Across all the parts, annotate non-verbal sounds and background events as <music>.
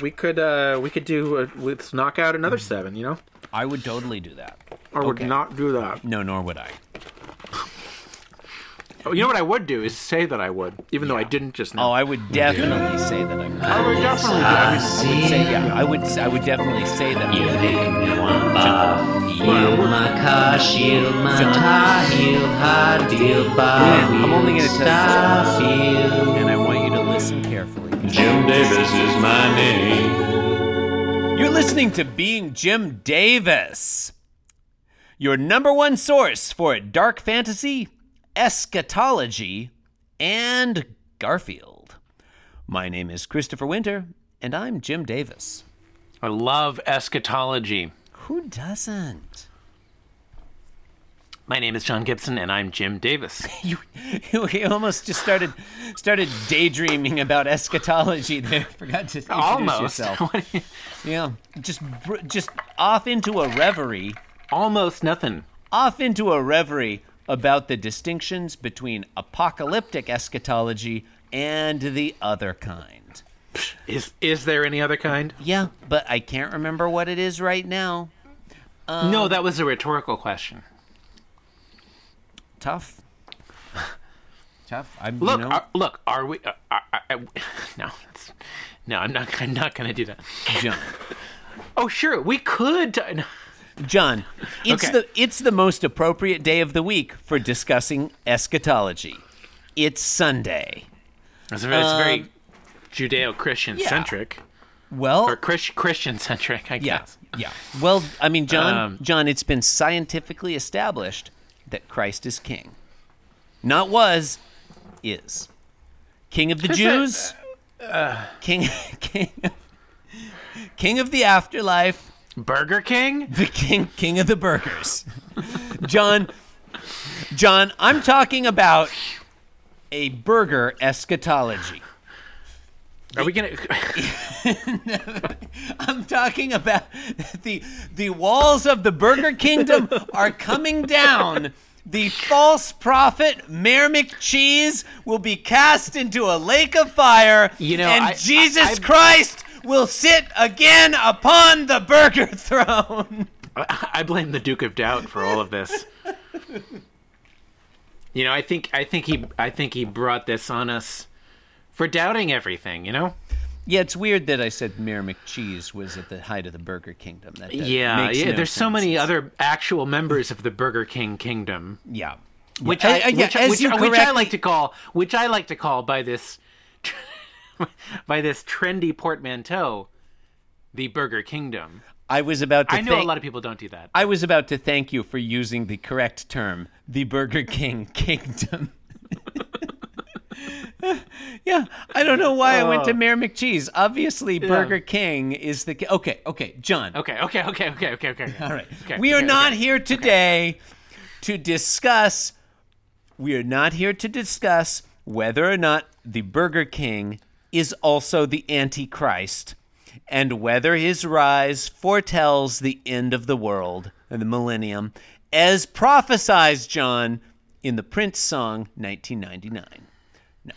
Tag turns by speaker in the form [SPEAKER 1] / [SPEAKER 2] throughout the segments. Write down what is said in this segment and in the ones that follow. [SPEAKER 1] we could uh we could do uh let's knock out another seven, you know,
[SPEAKER 2] I would totally do that.
[SPEAKER 1] or would
[SPEAKER 2] Okay.
[SPEAKER 1] not do that.
[SPEAKER 2] No, nor would I.
[SPEAKER 1] Oh, you know what I would do is say that I would, even though I didn't just
[SPEAKER 2] Oh,
[SPEAKER 1] now.
[SPEAKER 2] I would definitely say that I'm.
[SPEAKER 1] I would definitely. do that.
[SPEAKER 3] Uh,
[SPEAKER 2] would say yeah. I would. I would definitely say that. I'm I'm only gonna test this, and I want you to listen carefully.
[SPEAKER 3] Jim Davis is my name.
[SPEAKER 2] You're listening to Being Jim Davis, your number one source for dark fantasy, eschatology, and Garfield. My name is Christopher Winter, and I'm Jim Davis.
[SPEAKER 3] I love eschatology.
[SPEAKER 2] Who doesn't?
[SPEAKER 3] My name is John Gibson, and I'm
[SPEAKER 1] <laughs>
[SPEAKER 3] Jim Davis.
[SPEAKER 2] You, you, you almost just started started daydreaming about eschatology there. <laughs> Forgot to introduce
[SPEAKER 3] Almost. <laughs>
[SPEAKER 2] yourself. Yeah, just br- just off into a reverie.
[SPEAKER 3] Almost nothing.
[SPEAKER 2] off into a reverie about the distinctions between apocalyptic eschatology and the other kind.
[SPEAKER 1] Is is there any other kind?
[SPEAKER 2] Yeah, but I can't remember what it is right now.
[SPEAKER 3] Uh, no, that was a rhetorical question.
[SPEAKER 2] Tough. <laughs> Tough. I'm,
[SPEAKER 3] Look, uh,
[SPEAKER 2] you know,
[SPEAKER 3] are, look, are we? Are, are, are, uh, <laughs> no, that's, no, I'm not. <laughs> I'm not going to do that.
[SPEAKER 2] John.
[SPEAKER 3] Oh, sure, we could. uh, no.
[SPEAKER 2] John, it's
[SPEAKER 3] Okay.
[SPEAKER 2] the it's the most appropriate day of the week for discussing eschatology. It's Sunday.
[SPEAKER 3] It's very, it's
[SPEAKER 1] Um,
[SPEAKER 3] very Judeo-Christian centric
[SPEAKER 2] Well,
[SPEAKER 3] or Chris, Christian centric, I
[SPEAKER 2] Yeah.
[SPEAKER 3] guess.
[SPEAKER 2] Yeah. Well, I mean, John,
[SPEAKER 3] Um,
[SPEAKER 2] John, it's been scientifically established that Christ is king. Not was, is. King of the Jews,
[SPEAKER 3] uh,
[SPEAKER 2] king <laughs> king king of the afterlife,
[SPEAKER 3] Burger King.
[SPEAKER 2] the king king of the burgers. John John, I'm talking about a burger eschatology.
[SPEAKER 3] Are we gonna? <laughs>
[SPEAKER 2] I'm talking about the the walls of the Burger Kingdom are coming down. The false prophet Mayor McCheese will be cast into a lake of fire.
[SPEAKER 3] You know,
[SPEAKER 2] and
[SPEAKER 3] I-
[SPEAKER 2] Jesus
[SPEAKER 3] I- I-
[SPEAKER 2] Christ will sit again upon the burger <laughs> throne.
[SPEAKER 3] I blame the Duke of Doubt for all of this. You know, I think I think he I think he brought this on us for doubting everything. You know.
[SPEAKER 2] Yeah, it's weird that I said Mayor McCheese was at the height of the Burger Kingdom. That, that
[SPEAKER 3] yeah,
[SPEAKER 2] makes
[SPEAKER 3] yeah.
[SPEAKER 2] no
[SPEAKER 3] there's so many
[SPEAKER 2] sense.
[SPEAKER 3] other actual members of the Burger King kingdom,
[SPEAKER 2] Yeah.
[SPEAKER 3] which
[SPEAKER 2] Yeah,
[SPEAKER 3] I,
[SPEAKER 2] I- I- yeah,
[SPEAKER 3] which, I-
[SPEAKER 2] as
[SPEAKER 3] which,
[SPEAKER 2] you
[SPEAKER 3] I- which I
[SPEAKER 2] correctly-
[SPEAKER 3] like to call which I like to call by this <laughs> by this trendy portmanteau, the Burger Kingdom.
[SPEAKER 2] I was about to
[SPEAKER 3] I know
[SPEAKER 2] thank-
[SPEAKER 3] a lot of people don't do that.
[SPEAKER 2] I was about to thank you for using the correct term, the Burger King <laughs> kingdom. yeah, I don't know why I went
[SPEAKER 3] Oh.
[SPEAKER 2] to Mayor McCheese. Obviously, Burger King is the ki- okay. Okay, John.
[SPEAKER 3] okay, okay, okay, okay, okay, okay.
[SPEAKER 2] <laughs> All right,
[SPEAKER 3] Okay,
[SPEAKER 2] we are
[SPEAKER 3] okay,
[SPEAKER 2] not
[SPEAKER 3] okay.
[SPEAKER 2] here today to discuss. We are not here to discuss whether or not the Burger King is also the Antichrist, and whether his rise foretells the end of the world and the millennium, as prophesized John in the Prince song 1999. No,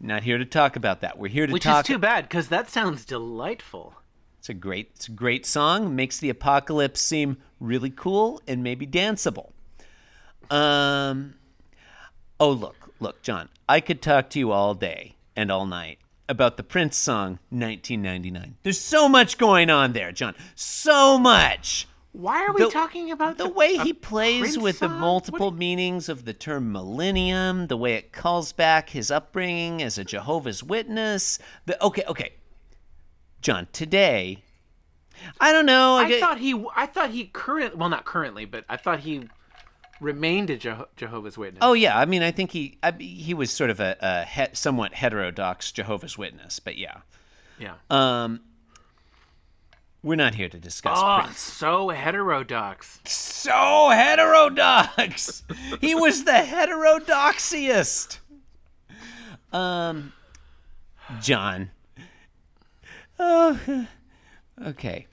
[SPEAKER 2] not here to talk about that. We're here to
[SPEAKER 3] Which is
[SPEAKER 2] talk.
[SPEAKER 3] too bad because that sounds delightful.
[SPEAKER 2] It's a great, it's a great song. Makes the apocalypse seem really cool and maybe danceable. Um, oh look, look, John, I could talk to you all day and all night about the Prince song 1999. There's so much going on there, John. So much.
[SPEAKER 3] Why are we
[SPEAKER 2] The-
[SPEAKER 3] talking about
[SPEAKER 2] The way he plays
[SPEAKER 3] Prince
[SPEAKER 2] with the
[SPEAKER 3] song? What
[SPEAKER 2] multiple meanings of the term millennium, the way it calls back his upbringing as a Jehovah's Witness. The okay, okay, John. Today, I don't know.
[SPEAKER 3] I
[SPEAKER 2] gu-
[SPEAKER 3] thought he I thought he current well not currently but I thought he remained a Jeho- Jehovah's Witness.
[SPEAKER 2] Oh yeah, I mean, I think he I, he was sort of a, a he, somewhat heterodox Jehovah's Witness, but yeah,
[SPEAKER 3] yeah.
[SPEAKER 2] uh, we're not here to discuss
[SPEAKER 3] Oh,
[SPEAKER 2] Prince.
[SPEAKER 3] so heterodox.
[SPEAKER 2] So heterodox. <laughs> he was the heterodoxiest. Um, John. Oh, okay.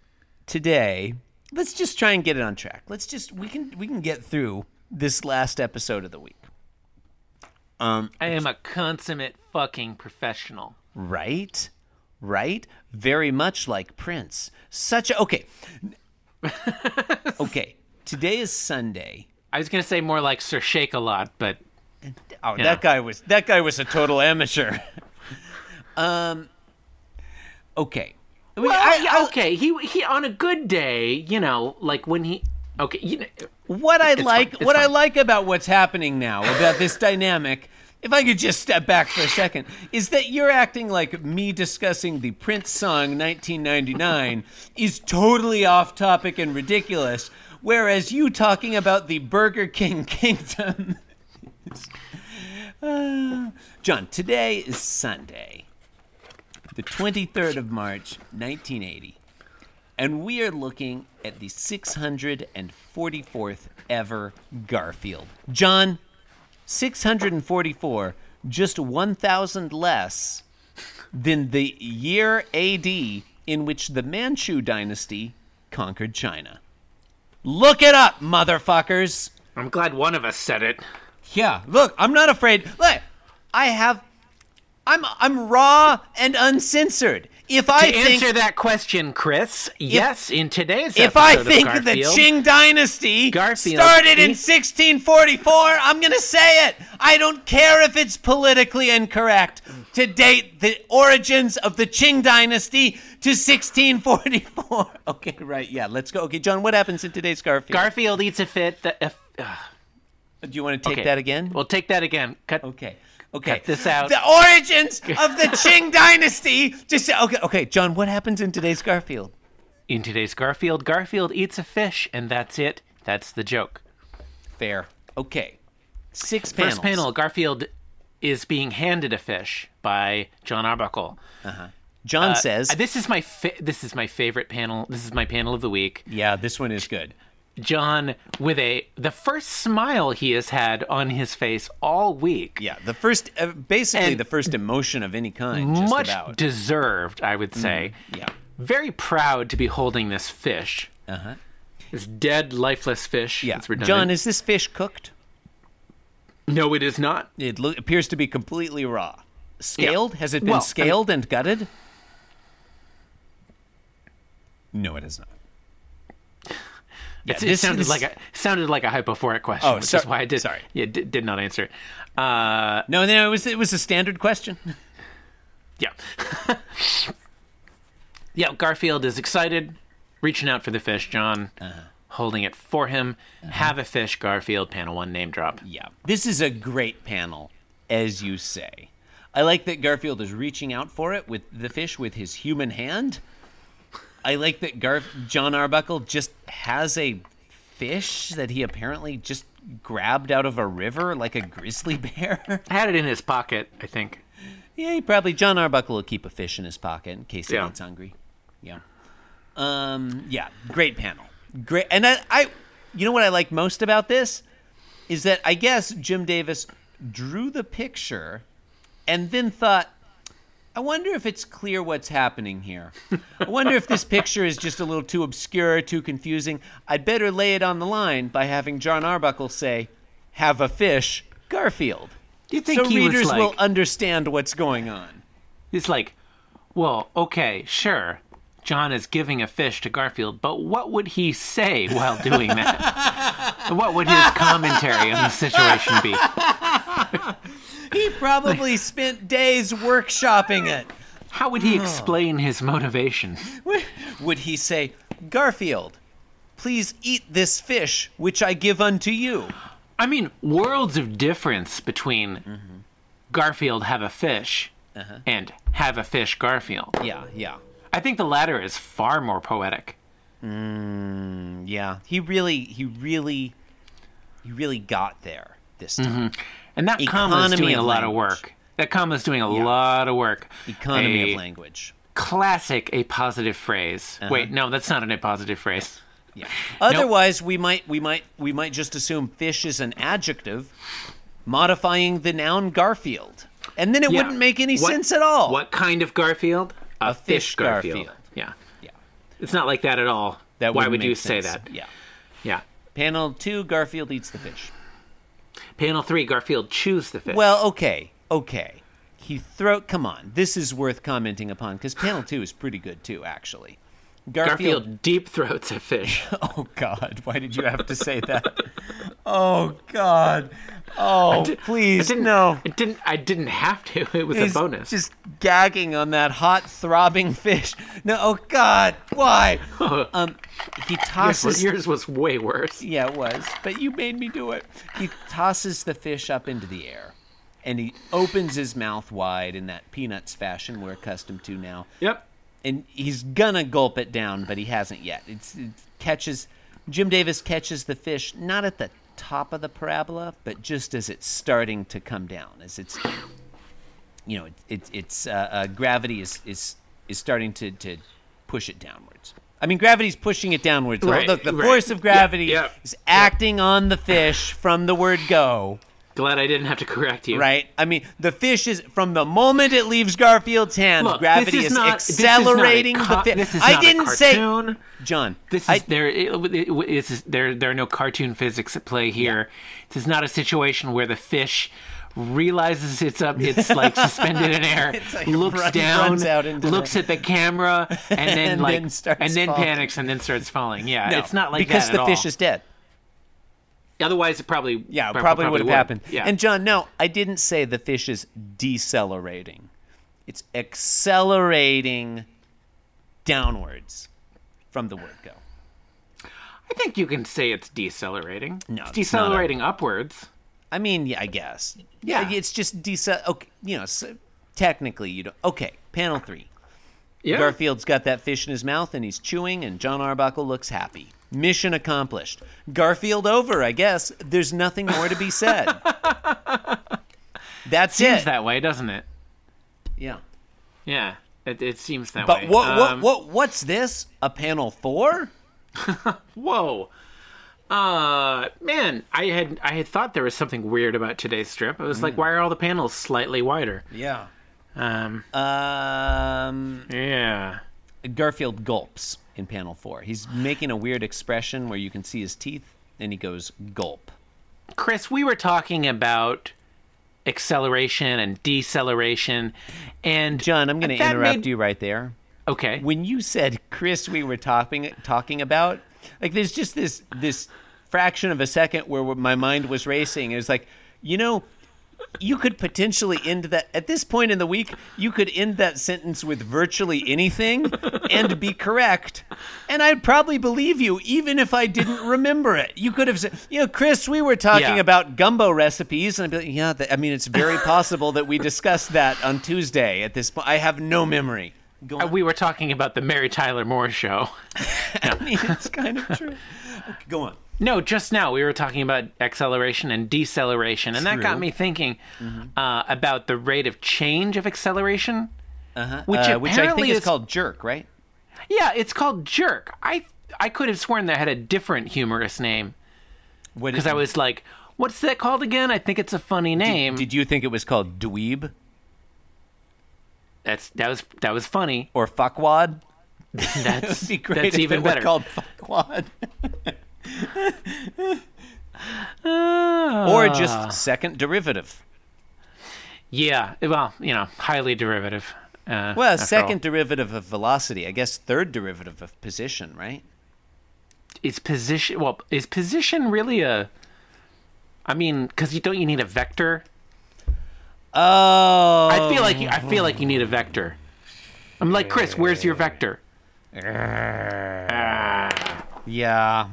[SPEAKER 2] Today, let's just try and get it on track. Let's just we can we can get through this last episode of the week,
[SPEAKER 3] I am a consummate fucking professional.
[SPEAKER 2] right? right? Very much like Prince. Such a, okay. <laughs> okay. Today is Sunday.
[SPEAKER 3] I was gonna say more like Sir Shake a lot, but
[SPEAKER 2] Oh, that guy was that guy was a total <laughs> amateur. um okay. I mean, I-
[SPEAKER 3] yeah, okay. He he on a good day, you know, like when he okay, you know,
[SPEAKER 2] what I like
[SPEAKER 3] fine, it's
[SPEAKER 2] what I
[SPEAKER 3] fine.
[SPEAKER 2] like about what's happening now about this dynamic if I could just step back for a second is that you're acting like me discussing the Prince song 1999 is totally off topic and ridiculous whereas you talking about the Burger King <laughs> kingdom Uh, John today is Sunday the 23rd of March 1980 and we are looking at the 644th ever Garfield. John, 644, just 1,000 less than the year AD in which the Manchu dynasty conquered China. Look it up, motherfuckers!
[SPEAKER 3] I'm glad one of us said it.
[SPEAKER 2] Yeah, look, I'm not afraid. Look, I have. I'm, I'm raw and uncensored. If I
[SPEAKER 3] To
[SPEAKER 2] think
[SPEAKER 3] answer that question, Chris, yes, in today's
[SPEAKER 2] If I
[SPEAKER 3] episode of
[SPEAKER 2] think that the
[SPEAKER 3] Garfield-
[SPEAKER 2] Qing dynasty
[SPEAKER 3] Garfield,
[SPEAKER 2] started
[SPEAKER 3] he-
[SPEAKER 2] in 1644, I'm going to say it. I don't care if it's politically incorrect to date the origins of the Qing dynasty to 1644. <laughs> Okay, right. Yeah, let's go. Okay, John, what happens in today's Garfield?
[SPEAKER 3] Garfield eats a fit, the, if, uh,
[SPEAKER 2] Do you want to take
[SPEAKER 3] okay.
[SPEAKER 2] that again?
[SPEAKER 3] We'll take that again. Cut.
[SPEAKER 2] Okay. Okay.
[SPEAKER 3] Cut this out.
[SPEAKER 2] The
[SPEAKER 3] <laughs>
[SPEAKER 2] origins of the Qing dynasty. Just okay. Okay, John, what happens in today's Garfield?
[SPEAKER 3] In today's Garfield, Garfield eats a fish, and that's it. That's the joke.
[SPEAKER 2] Fair. Okay. Six panels.
[SPEAKER 3] First panel, Garfield is being handed a fish by John Arbuckle.
[SPEAKER 2] John
[SPEAKER 3] Uh,
[SPEAKER 2] says,
[SPEAKER 3] this is my fa- this is my favorite panel. This is my panel of the week.
[SPEAKER 2] "Yeah, this one is good."
[SPEAKER 3] John with a the first smile he has had on his face all week.
[SPEAKER 2] Yeah, the first, uh, basically
[SPEAKER 3] And-
[SPEAKER 2] the first emotion of any kind. Just
[SPEAKER 3] Much
[SPEAKER 2] about. Mm-hmm.
[SPEAKER 3] deserved, I would say.
[SPEAKER 2] yeah.
[SPEAKER 3] Very proud to be holding this fish.
[SPEAKER 2] Uh huh.
[SPEAKER 3] This dead, lifeless fish.
[SPEAKER 2] Yeah.
[SPEAKER 3] It's redundant.
[SPEAKER 2] John, is this fish cooked?
[SPEAKER 3] no, it is not.
[SPEAKER 2] It lo- appears to be completely raw. Scaled? Has it been
[SPEAKER 3] Well, I-
[SPEAKER 2] scaled and gutted? No, it is not. Yeah,
[SPEAKER 3] It's- it
[SPEAKER 2] this
[SPEAKER 3] sounded
[SPEAKER 2] is-
[SPEAKER 3] like a sounded like a hypophoric question,
[SPEAKER 2] Oh,
[SPEAKER 3] which
[SPEAKER 2] sor-
[SPEAKER 3] is why I did.
[SPEAKER 2] sorry.
[SPEAKER 3] yeah, did, did not answer. it. Uh,
[SPEAKER 2] No, no, it was it was a standard question.
[SPEAKER 3] yeah, <laughs> yeah. Garfield is excited, reaching out for the fish. John
[SPEAKER 2] Uh-huh.
[SPEAKER 3] holding it for him. Have a fish, Garfield. Panel one name drop.
[SPEAKER 2] Yeah. This is a great panel, as you say. I like that Garfield is reaching out for it with the fish with his human hand. I like that Gar- John Arbuckle just has a fish that he apparently just grabbed out of a river like a grizzly bear. <laughs>
[SPEAKER 3] Had it in his pocket, I think.
[SPEAKER 2] yeah, he probably John Arbuckle will keep a fish in his pocket in case he
[SPEAKER 3] Yeah.
[SPEAKER 2] gets hungry. Yeah. Um, yeah, great panel. Great. And I, I you know what I like most about this is that I guess Jim Davis drew the picture and then thought, I wonder if it's clear what's happening here. I wonder if this picture is just a little too obscure, too confusing. I'd better lay it on the line by having John Arbuckle say, "Have a fish, Garfield."
[SPEAKER 3] Do you think
[SPEAKER 2] so
[SPEAKER 3] he was
[SPEAKER 2] readers will
[SPEAKER 3] like-
[SPEAKER 2] understand what's going on?
[SPEAKER 3] It's like, well, okay, sure. John is giving a fish to Garfield, but what would he say while doing that? what would his commentary on the situation be?
[SPEAKER 2] He probably spent days workshopping it.
[SPEAKER 3] How would
[SPEAKER 2] Oh.
[SPEAKER 3] he explain his motivation?
[SPEAKER 2] <laughs> Would he say, "Garfield, please eat this fish which I give unto you"?
[SPEAKER 3] I mean, worlds of difference between
[SPEAKER 2] Mm-hmm.
[SPEAKER 3] Garfield have a fish
[SPEAKER 2] Uh-huh.
[SPEAKER 3] and have a fish Garfield.
[SPEAKER 2] Yeah, yeah.
[SPEAKER 3] I think the latter is far more poetic.
[SPEAKER 2] Yeah, he really, he really, he really got there this time.
[SPEAKER 3] And that comma is
[SPEAKER 2] Economy
[SPEAKER 3] doing
[SPEAKER 2] of
[SPEAKER 3] a lot of
[SPEAKER 2] language.
[SPEAKER 3] work. That comma is doing a lot of work.
[SPEAKER 2] Economy
[SPEAKER 3] A-
[SPEAKER 2] of language.
[SPEAKER 3] classic a positive phrase.
[SPEAKER 2] Uh-huh.
[SPEAKER 3] Wait, no, that's not an a positive phrase.
[SPEAKER 2] Yeah. Otherwise, we might, we might, we might just assume fish is an adjective, modifying the noun Garfield, and then it wouldn't make any
[SPEAKER 3] What-
[SPEAKER 2] sense at all.
[SPEAKER 3] What kind of Garfield? A,
[SPEAKER 2] fish Garfield.
[SPEAKER 3] Yeah.
[SPEAKER 2] Yeah.
[SPEAKER 3] It's not like that at all.
[SPEAKER 2] That
[SPEAKER 3] Why
[SPEAKER 2] wouldn't
[SPEAKER 3] would
[SPEAKER 2] make
[SPEAKER 3] you say
[SPEAKER 2] sense.
[SPEAKER 3] that?
[SPEAKER 2] Yeah.
[SPEAKER 3] Yeah.
[SPEAKER 2] Panel two: Garfield eats the fish.
[SPEAKER 3] Panel three, Garfield chews the fish.
[SPEAKER 2] Well, okay, okay. He throw. Come on, this is worth commenting upon because panel two is pretty good too, actually. Garfield
[SPEAKER 3] Garfield deep throats a fish.
[SPEAKER 2] Oh God! Why did you have to say
[SPEAKER 3] <laughs>
[SPEAKER 2] that? oh God! Oh <laughs> please! no!
[SPEAKER 3] I didn't. I didn't have to. <laughs> It was
[SPEAKER 2] He's
[SPEAKER 3] a bonus.
[SPEAKER 2] Just gagging on that hot throbbing <laughs> fish. No! Oh God!
[SPEAKER 3] <laughs>
[SPEAKER 2] Why? um, he
[SPEAKER 3] Yours was-
[SPEAKER 2] tosses.
[SPEAKER 3] yours was way worse.
[SPEAKER 2] yeah, it was. But you made me do it. He tosses the fish up into the air, and he opens his mouth wide in that peanuts fashion we're accustomed to now
[SPEAKER 3] Yep.
[SPEAKER 2] and he's gonna gulp it down, but he hasn't yet. It's it catches Jim Davis catches the fish not at the top of the parabola, but just as it's starting to come down, as it's you know, it, it, it's uh, uh, gravity is is is starting to to push it downwards. I mean, gravity's pushing it downwards.
[SPEAKER 3] Right,
[SPEAKER 2] Look, the
[SPEAKER 3] right.
[SPEAKER 2] force of gravity
[SPEAKER 3] Yeah, yeah,
[SPEAKER 2] is acting on the fish from the word go.
[SPEAKER 3] Glad I didn't have to correct you.
[SPEAKER 2] Right. I mean, the fish is from the moment it leaves Garfield's hand,
[SPEAKER 3] Look,
[SPEAKER 2] gravity
[SPEAKER 3] this
[SPEAKER 2] is,
[SPEAKER 3] is not- this is not a
[SPEAKER 2] accelerating
[SPEAKER 3] co-
[SPEAKER 2] the fish.
[SPEAKER 3] this is
[SPEAKER 2] I
[SPEAKER 3] not a
[SPEAKER 2] didn't
[SPEAKER 3] cartoon.
[SPEAKER 2] say, John.
[SPEAKER 3] This is
[SPEAKER 2] I,
[SPEAKER 3] there. It, it, it- it's- there. There are no cartoon physics at play here. This is not a situation where the fish realizes it's up. It's like suspended in
[SPEAKER 2] <laughs>
[SPEAKER 3] air.
[SPEAKER 2] like
[SPEAKER 3] looks
[SPEAKER 2] run-
[SPEAKER 3] down.
[SPEAKER 2] runs out into the-
[SPEAKER 3] looks at the
[SPEAKER 2] <laughs>
[SPEAKER 3] camera and then
[SPEAKER 2] And
[SPEAKER 3] like
[SPEAKER 2] then starts
[SPEAKER 3] and then
[SPEAKER 2] falling.
[SPEAKER 3] panics and then starts falling. Yeah,
[SPEAKER 2] no,
[SPEAKER 3] it's not like
[SPEAKER 2] because
[SPEAKER 3] that
[SPEAKER 2] the
[SPEAKER 3] at
[SPEAKER 2] fish
[SPEAKER 3] all.
[SPEAKER 2] is dead.
[SPEAKER 3] Otherwise, it probably
[SPEAKER 2] Yeah, it
[SPEAKER 3] prob-
[SPEAKER 2] probably, would have happened.
[SPEAKER 3] Yeah.
[SPEAKER 2] And John, no, I didn't say the fish is decelerating. It's accelerating downwards from the word go.
[SPEAKER 3] I think you can say it's decelerating.
[SPEAKER 2] No,
[SPEAKER 3] it's
[SPEAKER 2] it's not a-
[SPEAKER 3] decelerating upwards.
[SPEAKER 2] I mean, yeah, I guess.
[SPEAKER 3] Yeah.
[SPEAKER 2] it's just decel. Okay, you know, so technically, you don't. Okay, panel three.
[SPEAKER 3] Yeah.
[SPEAKER 2] Garfield's got that fish in his mouth and he's chewing, and John Arbuckle looks happy. Mission accomplished. Garfield over, I guess. There's nothing more to be said.
[SPEAKER 3] <laughs>
[SPEAKER 2] That's
[SPEAKER 3] seems
[SPEAKER 2] it.
[SPEAKER 3] that way, doesn't it?
[SPEAKER 2] yeah.
[SPEAKER 3] Yeah, it, it seems that
[SPEAKER 2] But
[SPEAKER 3] way.
[SPEAKER 2] what, what,
[SPEAKER 3] Um,
[SPEAKER 2] what, what's this? A panel four?
[SPEAKER 3] Whoa. Uh man, I had I had thought there was something weird about today's strip. I was like, why are all the panels slightly wider?
[SPEAKER 2] Yeah.
[SPEAKER 3] Um
[SPEAKER 2] Um,
[SPEAKER 3] Yeah.
[SPEAKER 2] Garfield gulps in panel four. He's making a weird expression where you can see his teeth, and he goes gulp.
[SPEAKER 3] Chris, we were talking about acceleration and deceleration and
[SPEAKER 2] John, I'm going to
[SPEAKER 3] That
[SPEAKER 2] interrupt
[SPEAKER 3] made-
[SPEAKER 2] you right there.
[SPEAKER 3] Okay.
[SPEAKER 2] when you said Chris, we were talking talking about like there's just this this fraction of a second where my mind was racing. It was like, you know, you could potentially end that at this point in the week. You could end that sentence with virtually anything and be correct, and I'd probably believe you even if I didn't remember it. You could have said, you know, Chris, we were talking
[SPEAKER 3] Yeah.
[SPEAKER 2] about gumbo recipes, and I'd be like, yeah, that, I mean, it's very possible that we discussed that on Tuesday. At this point, I have no memory. Go
[SPEAKER 3] Uh, we were talking about the Mary Tyler Moore show.
[SPEAKER 2] I mean, <laughs> it's kind of true. Okay, go on.
[SPEAKER 3] No, just now we were talking about acceleration and deceleration, and that got me thinking
[SPEAKER 2] Mm-hmm.
[SPEAKER 3] uh, about the rate of change of acceleration, uh-huh. which
[SPEAKER 2] Uh,
[SPEAKER 3] apparently
[SPEAKER 2] which I think is,
[SPEAKER 3] is
[SPEAKER 2] called jerk, right?
[SPEAKER 3] Yeah, it's called Jerk. I I could have sworn that had a different humorous name
[SPEAKER 2] What
[SPEAKER 3] because I was like, "What's that called again?" I think it's a funny name.
[SPEAKER 2] Did you think it was called dweeb
[SPEAKER 3] That's that was that was
[SPEAKER 2] <laughs>
[SPEAKER 3] funny.
[SPEAKER 2] or fuckwad?
[SPEAKER 3] That's
[SPEAKER 2] Be great
[SPEAKER 3] that's
[SPEAKER 2] if
[SPEAKER 3] even
[SPEAKER 2] it
[SPEAKER 3] better.
[SPEAKER 2] Were called fuckwad. <laughs> or just second derivative.
[SPEAKER 3] yeah, well, you know, highly derivative. Uh,
[SPEAKER 2] Well,
[SPEAKER 3] after all.
[SPEAKER 2] second derivative of velocity. I guess third derivative of position, right?
[SPEAKER 3] is position. Well, is position really a? I mean, because you don't you need a vector?
[SPEAKER 2] Oh,
[SPEAKER 3] I feel like you, I feel like you need a vector. I'm like Chris. Where's your vector?
[SPEAKER 2] yeah.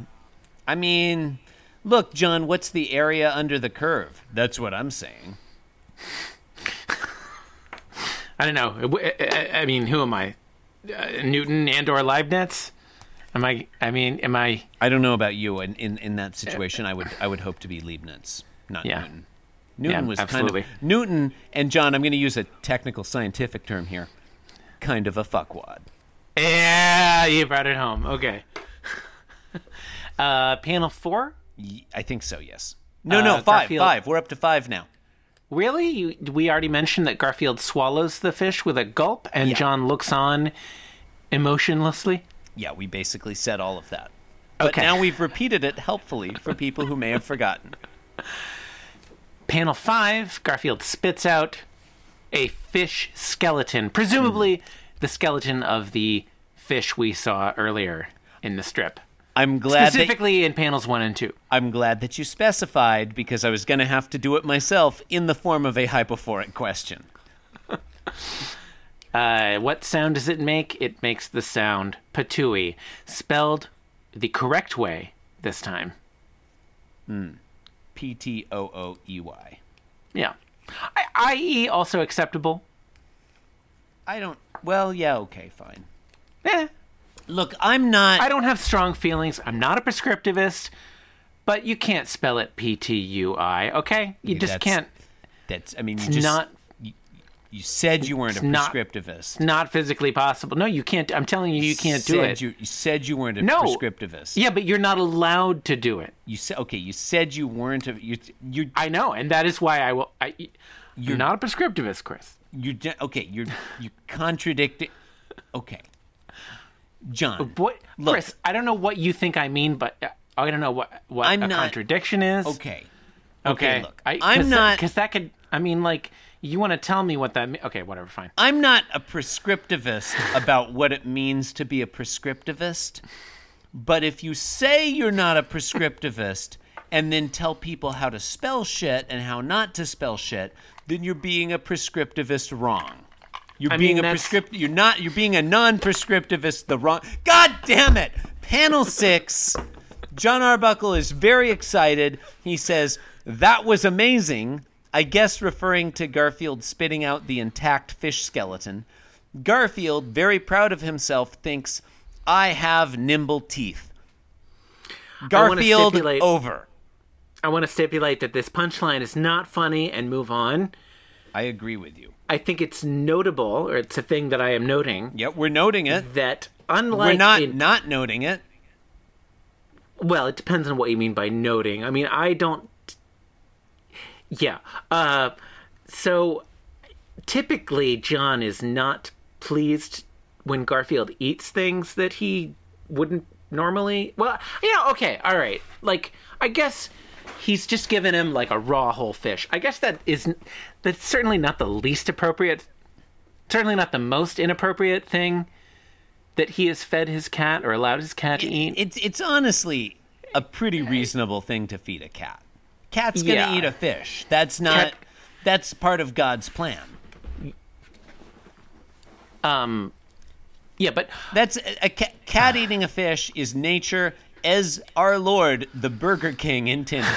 [SPEAKER 2] I mean, look, John. What's the area under the curve? That's what I'm saying.
[SPEAKER 3] I don't know. W- I- I I mean, who am I? Uh, Newton and or Leibniz? Am I? I mean, am I?
[SPEAKER 2] I don't know about you. In, in, in that situation, I would I would hope to be Leibniz, not
[SPEAKER 3] Yeah.
[SPEAKER 2] Newton. Newton
[SPEAKER 3] Yeah,
[SPEAKER 2] was
[SPEAKER 3] absolutely.
[SPEAKER 2] kind of Newton and John. I'm going to use a technical scientific term here. Kind of a fuckwad.
[SPEAKER 3] Yeah, you brought it home. Okay. <laughs> Uh, panel four.
[SPEAKER 2] Y- I think so. Yes. No,
[SPEAKER 3] Uh,
[SPEAKER 2] no. Five.
[SPEAKER 3] Garfield-
[SPEAKER 2] Five. We're up to five now.
[SPEAKER 3] Really? You, we already mentioned that Garfield swallows the fish with a gulp, and
[SPEAKER 2] Yeah.
[SPEAKER 3] John looks on emotionlessly.
[SPEAKER 2] Yeah, we basically said all of that. But
[SPEAKER 3] Okay.
[SPEAKER 2] now we've repeated it helpfully for people who may have forgotten.
[SPEAKER 3] Panel five. Garfield spits out a fish skeleton, presumably the skeleton of the fish we saw earlier in the strip,
[SPEAKER 2] I'm glad that
[SPEAKER 3] specifically in panels one and two.
[SPEAKER 2] I'm glad that you specified because I was going to have to do it myself in the form of a hypophoric question.
[SPEAKER 3] Uh, what sound does it make? It makes the sound patooey, spelled the correct way this time.
[SPEAKER 2] P T O O E Y.
[SPEAKER 3] Yeah. I- IE also acceptable.
[SPEAKER 2] I don't. Well, yeah, okay, fine.
[SPEAKER 3] Eh,
[SPEAKER 2] Look, I'm not.
[SPEAKER 3] I don't have strong feelings. I'm not a prescriptivist, but you can't spell it P T U I, okay? You
[SPEAKER 2] Yeah,
[SPEAKER 3] just
[SPEAKER 2] that's-
[SPEAKER 3] can't.
[SPEAKER 2] that's. I mean, you just,
[SPEAKER 3] not-
[SPEAKER 2] You, you said you weren't a
[SPEAKER 3] not-
[SPEAKER 2] prescriptivist.
[SPEAKER 3] Not physically possible. No, you can't. I'm telling you, you can't do
[SPEAKER 2] Said
[SPEAKER 3] it.
[SPEAKER 2] You, you said you weren't a
[SPEAKER 3] No.
[SPEAKER 2] prescriptivist.
[SPEAKER 3] Yeah, but you're not allowed to do it.
[SPEAKER 2] You said okay. You said you weren't a. You you
[SPEAKER 3] I know, and that is why I will. I, you're not a prescriptivist, Chris.
[SPEAKER 2] you de- okay. You're you contradicting. Okay, John.
[SPEAKER 3] What,
[SPEAKER 2] Look.
[SPEAKER 3] Chris? I don't know what you think I mean, but uh, I don't know what what
[SPEAKER 2] I'm
[SPEAKER 3] a
[SPEAKER 2] not-
[SPEAKER 3] contradiction is.
[SPEAKER 2] Okay.
[SPEAKER 3] Okay,
[SPEAKER 2] look, I'm not-
[SPEAKER 3] because that could. I mean, like, you want to tell me what that? Me- okay, whatever. Fine.
[SPEAKER 2] I'm not a prescriptivist about what it means to be a prescriptivist, but if you say you're not a prescriptivist and then tell people how to spell shit and how not to spell shit, then you're being a prescriptivist wrong. You're
[SPEAKER 3] I
[SPEAKER 2] being
[SPEAKER 3] mean,
[SPEAKER 2] a
[SPEAKER 3] that's-
[SPEAKER 2] prescript you're not you're being a non-prescriptivist the wrong God damn it. Panel 6. John Arbuckle is very excited. He says, That was amazing. I guess referring to Garfield spitting out the intact fish skeleton. Garfield, very proud of himself, thinks, I have nimble teeth.
[SPEAKER 3] wanna
[SPEAKER 2] Garfield
[SPEAKER 3] stipulate-
[SPEAKER 2] over.
[SPEAKER 3] I want to stipulate that this punchline is not funny and move on.
[SPEAKER 2] I agree with you.
[SPEAKER 3] I think it's notable, or it's a thing that I am noting,
[SPEAKER 2] Yep, we're noting it.
[SPEAKER 3] that unlike
[SPEAKER 2] We're not
[SPEAKER 3] in-
[SPEAKER 2] not noting it.
[SPEAKER 3] Well, it depends on what you mean by noting. I mean, I don't. Yeah. Uh, so typically, John is not pleased when Garfield eats things that he wouldn't normally. Well, yeah, okay, all right. Like, I guess he's just given him like a raw whole fish. I guess that is. That's certainly not the least appropriate. Certainly not the most inappropriate thing that he has fed his cat or allowed his cat to eat.
[SPEAKER 2] It's it's honestly a pretty reasonable thing to feed a cat. Cat's gonna
[SPEAKER 3] Yeah.
[SPEAKER 2] eat a fish. That's not
[SPEAKER 3] Cat-
[SPEAKER 2] that's part of God's plan.
[SPEAKER 3] Um, yeah, but
[SPEAKER 2] That's a, a ca- cat eating a fish is nature as our Lord the Burger King intended.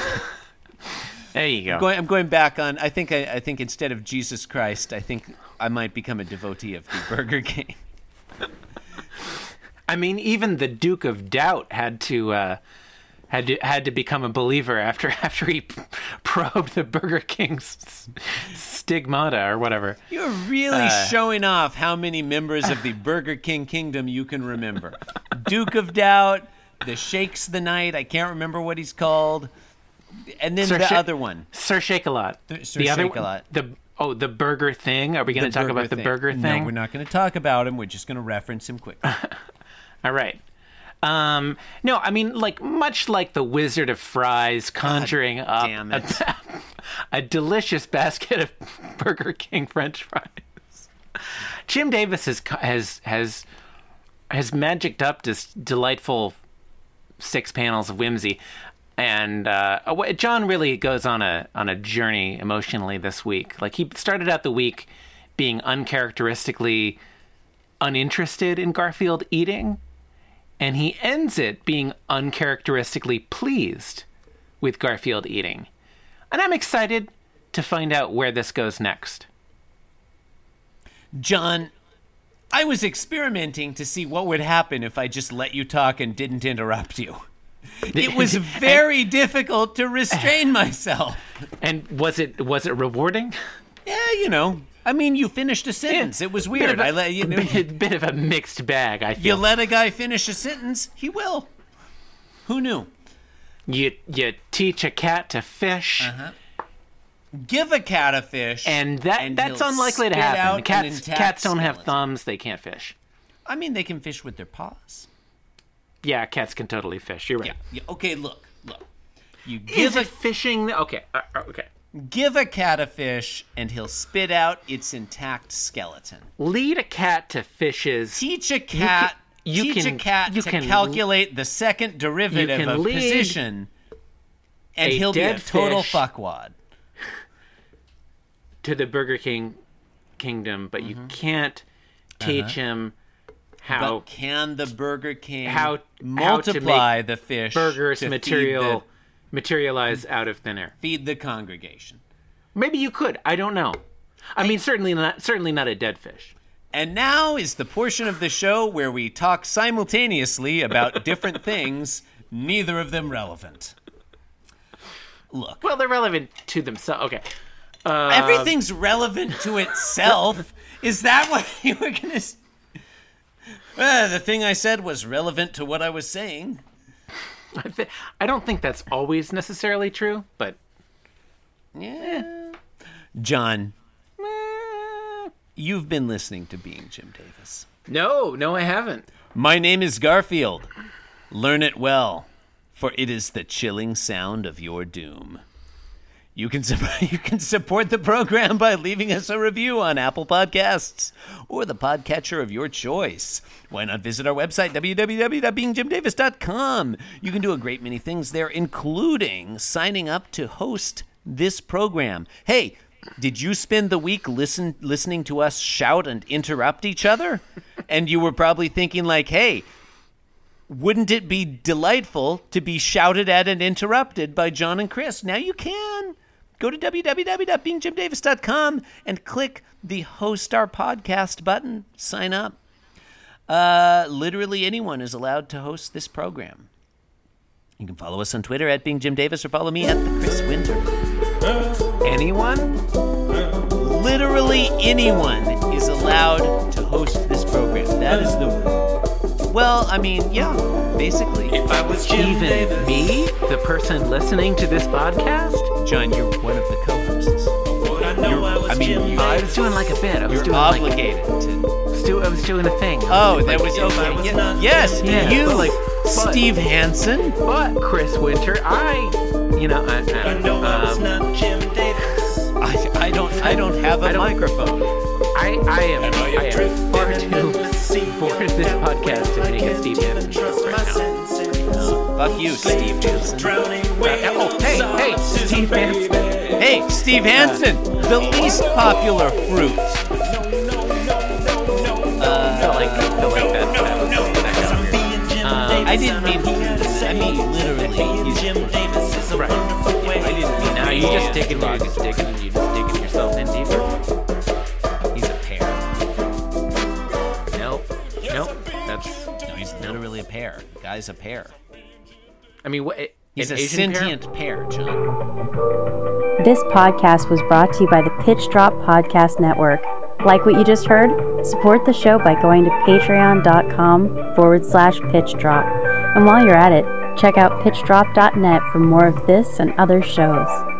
[SPEAKER 3] there you go.
[SPEAKER 2] Going, I'm going back on. I think I, I think instead of Jesus Christ, I think I might become a devotee of the Burger King. <laughs>
[SPEAKER 3] I mean, even the Duke of Doubt had to uh, had to had to become a believer after <laughs> after he p- probed the Burger King's s- stigmata or whatever.
[SPEAKER 2] You're really
[SPEAKER 3] Uh.
[SPEAKER 2] showing off how many members of the Burger King kingdom you can remember. Duke of Doubt, the Shakes the Night, I can't remember what he's called. And then
[SPEAKER 3] Sir
[SPEAKER 2] the
[SPEAKER 3] Sha-
[SPEAKER 2] other one.
[SPEAKER 3] Sir Shake a Lot.
[SPEAKER 2] Sir
[SPEAKER 3] the other
[SPEAKER 2] Shake-a-Lot.
[SPEAKER 3] the oh the burger thing. Are we going to talk about the burger thing?
[SPEAKER 2] No, we're not going to talk about him. We're just going to reference him quickly.
[SPEAKER 3] All right. Um, no, I mean, like much like the Wizard of Fries conjuring up
[SPEAKER 2] damn
[SPEAKER 3] a, <laughs> a delicious basket of <laughs> Burger King French fries. Jim Davis has co- has has has magicked up this delightful six panels of whimsy, and uh, away- John really goes on a on a journey emotionally this week. Like he started out the week being uncharacteristically uninterested in Garfield eating, and he ends it being uncharacteristically pleased with Garfield eating. And I'm excited to find out where this goes next.
[SPEAKER 2] John, I was experimenting to see what would happen if I just let you talk and didn't interrupt you.
[SPEAKER 3] <laughs>
[SPEAKER 2] It was very difficult
[SPEAKER 3] <laughs>
[SPEAKER 2] to restrain myself.
[SPEAKER 3] And was it was it rewarding? <laughs>
[SPEAKER 2] Yeah, you know. I mean, you finished a sentence. It was
[SPEAKER 3] Bit
[SPEAKER 2] weird.
[SPEAKER 3] of a-
[SPEAKER 2] I
[SPEAKER 3] <laughs>
[SPEAKER 2] let you know.
[SPEAKER 3] bit, bit of a mixed bag. I
[SPEAKER 2] You
[SPEAKER 3] feel
[SPEAKER 2] let a guy finish a sentence, he will. Who knew?
[SPEAKER 3] you you teach a cat to fish,
[SPEAKER 2] Uh-huh. Give a cat a fish,
[SPEAKER 3] and that
[SPEAKER 2] and
[SPEAKER 3] that's
[SPEAKER 2] he'll
[SPEAKER 3] unlikely to
[SPEAKER 2] spit out
[SPEAKER 3] happen.
[SPEAKER 2] an
[SPEAKER 3] Cats
[SPEAKER 2] intact
[SPEAKER 3] cats don't have
[SPEAKER 2] skeleton.
[SPEAKER 3] thumbs; they can't fish.
[SPEAKER 2] I mean, they can fish with their paws.
[SPEAKER 3] Yeah, cats can totally fish. You're right.
[SPEAKER 2] Yeah. Okay. Look. Look. You
[SPEAKER 3] Is
[SPEAKER 2] give a
[SPEAKER 3] it fishing? Okay, uh, uh, okay.
[SPEAKER 2] Give a cat a fish, and he'll spit out its intact skeleton.
[SPEAKER 3] Lead a cat to fishes.
[SPEAKER 2] Teach a cat.
[SPEAKER 3] you
[SPEAKER 2] teach
[SPEAKER 3] can-
[SPEAKER 2] a cat
[SPEAKER 3] you
[SPEAKER 2] to
[SPEAKER 3] can-
[SPEAKER 2] calculate the second derivative
[SPEAKER 3] can
[SPEAKER 2] of
[SPEAKER 3] lead
[SPEAKER 2] position, and
[SPEAKER 3] a
[SPEAKER 2] he'll be a
[SPEAKER 3] dead
[SPEAKER 2] total
[SPEAKER 3] fish-
[SPEAKER 2] fuckwad.
[SPEAKER 3] to the Burger King kingdom, but you can't teach him how
[SPEAKER 2] Mm-hmm. Uh-huh. But can the Burger King
[SPEAKER 3] Oh. how- how to
[SPEAKER 2] multiply the fish
[SPEAKER 3] burgers
[SPEAKER 2] to feed
[SPEAKER 3] material materialize out of thin air.
[SPEAKER 2] the, feed the congregation?
[SPEAKER 3] Maybe you could. I don't know. I, mean, certainly not. Certainly not a dead fish.
[SPEAKER 2] And now is the portion of the show where we talk simultaneously about
[SPEAKER 3] <laughs>
[SPEAKER 2] different things, neither of them relevant. Look,
[SPEAKER 3] Well, they're relevant to themselves. Okay.
[SPEAKER 2] everything's relevant to itself. is that what <laughs> you were going to uh, The thing I said was relevant to what I was saying.
[SPEAKER 3] I, thi- I don't think that's always necessarily true, but
[SPEAKER 2] Yeah. John, you've been listening to Being Jim Davis.
[SPEAKER 3] no, no, I haven't.
[SPEAKER 2] My name is Garfield. Learn it well, for it is the chilling sound of your doom. You can, sup- <laughs> you can support the program by leaving us a review on Apple Podcasts or the podcatcher of your choice. Why not visit our website, www.beingjimdavis.com? You can do a great many things there, including signing up to host this program. Hey, did you spend the week listen, listening to us shout and interrupt each other? And you were probably thinking, like, hey, wouldn't it be delightful to be shouted at and interrupted by John and Chris? Now you can. Go to www.beingjimdavis.com and click the host our podcast button. Sign up. Uh, literally anyone is allowed to host this program. You can follow us on Twitter at Being Jim Davis or follow me at the Chris Winter.
[SPEAKER 3] Anyone?
[SPEAKER 2] Literally anyone is allowed to host this program. That is the rule. Well, I mean, yeah, basically.
[SPEAKER 4] I was Jim
[SPEAKER 3] Even
[SPEAKER 4] Davis.
[SPEAKER 3] me, the person listening to this podcast?
[SPEAKER 2] John, you're one of the co-hosts.
[SPEAKER 4] Would I know I was
[SPEAKER 2] I mean,
[SPEAKER 4] Jim Davis?
[SPEAKER 3] I was doing like a bit. I was
[SPEAKER 2] You're
[SPEAKER 3] doing like,
[SPEAKER 2] obligated to.
[SPEAKER 3] stu- I was doing a thing.
[SPEAKER 2] Oh, that was
[SPEAKER 4] if I
[SPEAKER 2] okay.
[SPEAKER 4] was
[SPEAKER 2] Ye-
[SPEAKER 4] not
[SPEAKER 2] yes,
[SPEAKER 3] doing it,
[SPEAKER 2] you,
[SPEAKER 3] but like, but-
[SPEAKER 2] Steve Hansen.
[SPEAKER 3] But Chris Winter, I, you know, I, I
[SPEAKER 4] I
[SPEAKER 3] don't
[SPEAKER 4] know
[SPEAKER 3] know.
[SPEAKER 4] I was
[SPEAKER 3] Um,
[SPEAKER 4] not Jim Davis.
[SPEAKER 2] I, I don't. I don't have a
[SPEAKER 3] I don't-
[SPEAKER 2] microphone.
[SPEAKER 3] I, I am,
[SPEAKER 4] Am
[SPEAKER 3] I
[SPEAKER 4] I a
[SPEAKER 3] am far
[SPEAKER 4] drifting in
[SPEAKER 3] <laughs> too
[SPEAKER 4] endless sea?
[SPEAKER 3] bored of this podcast to
[SPEAKER 4] I
[SPEAKER 3] make a
[SPEAKER 4] can't
[SPEAKER 3] Steve
[SPEAKER 4] even
[SPEAKER 3] Hansen
[SPEAKER 4] trust
[SPEAKER 3] joke right
[SPEAKER 4] my
[SPEAKER 3] now. Uh,
[SPEAKER 4] senses.
[SPEAKER 2] Fuck you, Steve
[SPEAKER 4] Slave to the
[SPEAKER 2] Hansen.
[SPEAKER 4] Drowning whale.
[SPEAKER 3] oh, hey, hey, Steve Hansen.
[SPEAKER 2] Hey, Steve Hansen, the least popular fruit. Uh,
[SPEAKER 3] felt like, felt like that. that was,
[SPEAKER 2] I didn't mean. I mean literally. You-
[SPEAKER 4] Jim Davis is a
[SPEAKER 3] Right.
[SPEAKER 4] wonderful way. I didn't mean
[SPEAKER 3] now you just digging, you just digging, you just digging yourself in deeper. He's a pear. Nope, nope. That's.
[SPEAKER 2] No, he's literally a pear. The guy's a pear.
[SPEAKER 3] I mean, what?
[SPEAKER 2] He's
[SPEAKER 3] an
[SPEAKER 2] a
[SPEAKER 3] Asian pear?
[SPEAKER 2] sentient pear, John.
[SPEAKER 5] This podcast was brought to you by the Pitch Drop Podcast Network. Like what you just heard? Support the show by going to patreon.com forward slash pitch drop. And while you're at it, check out pitchdrop.net for more of this and other shows.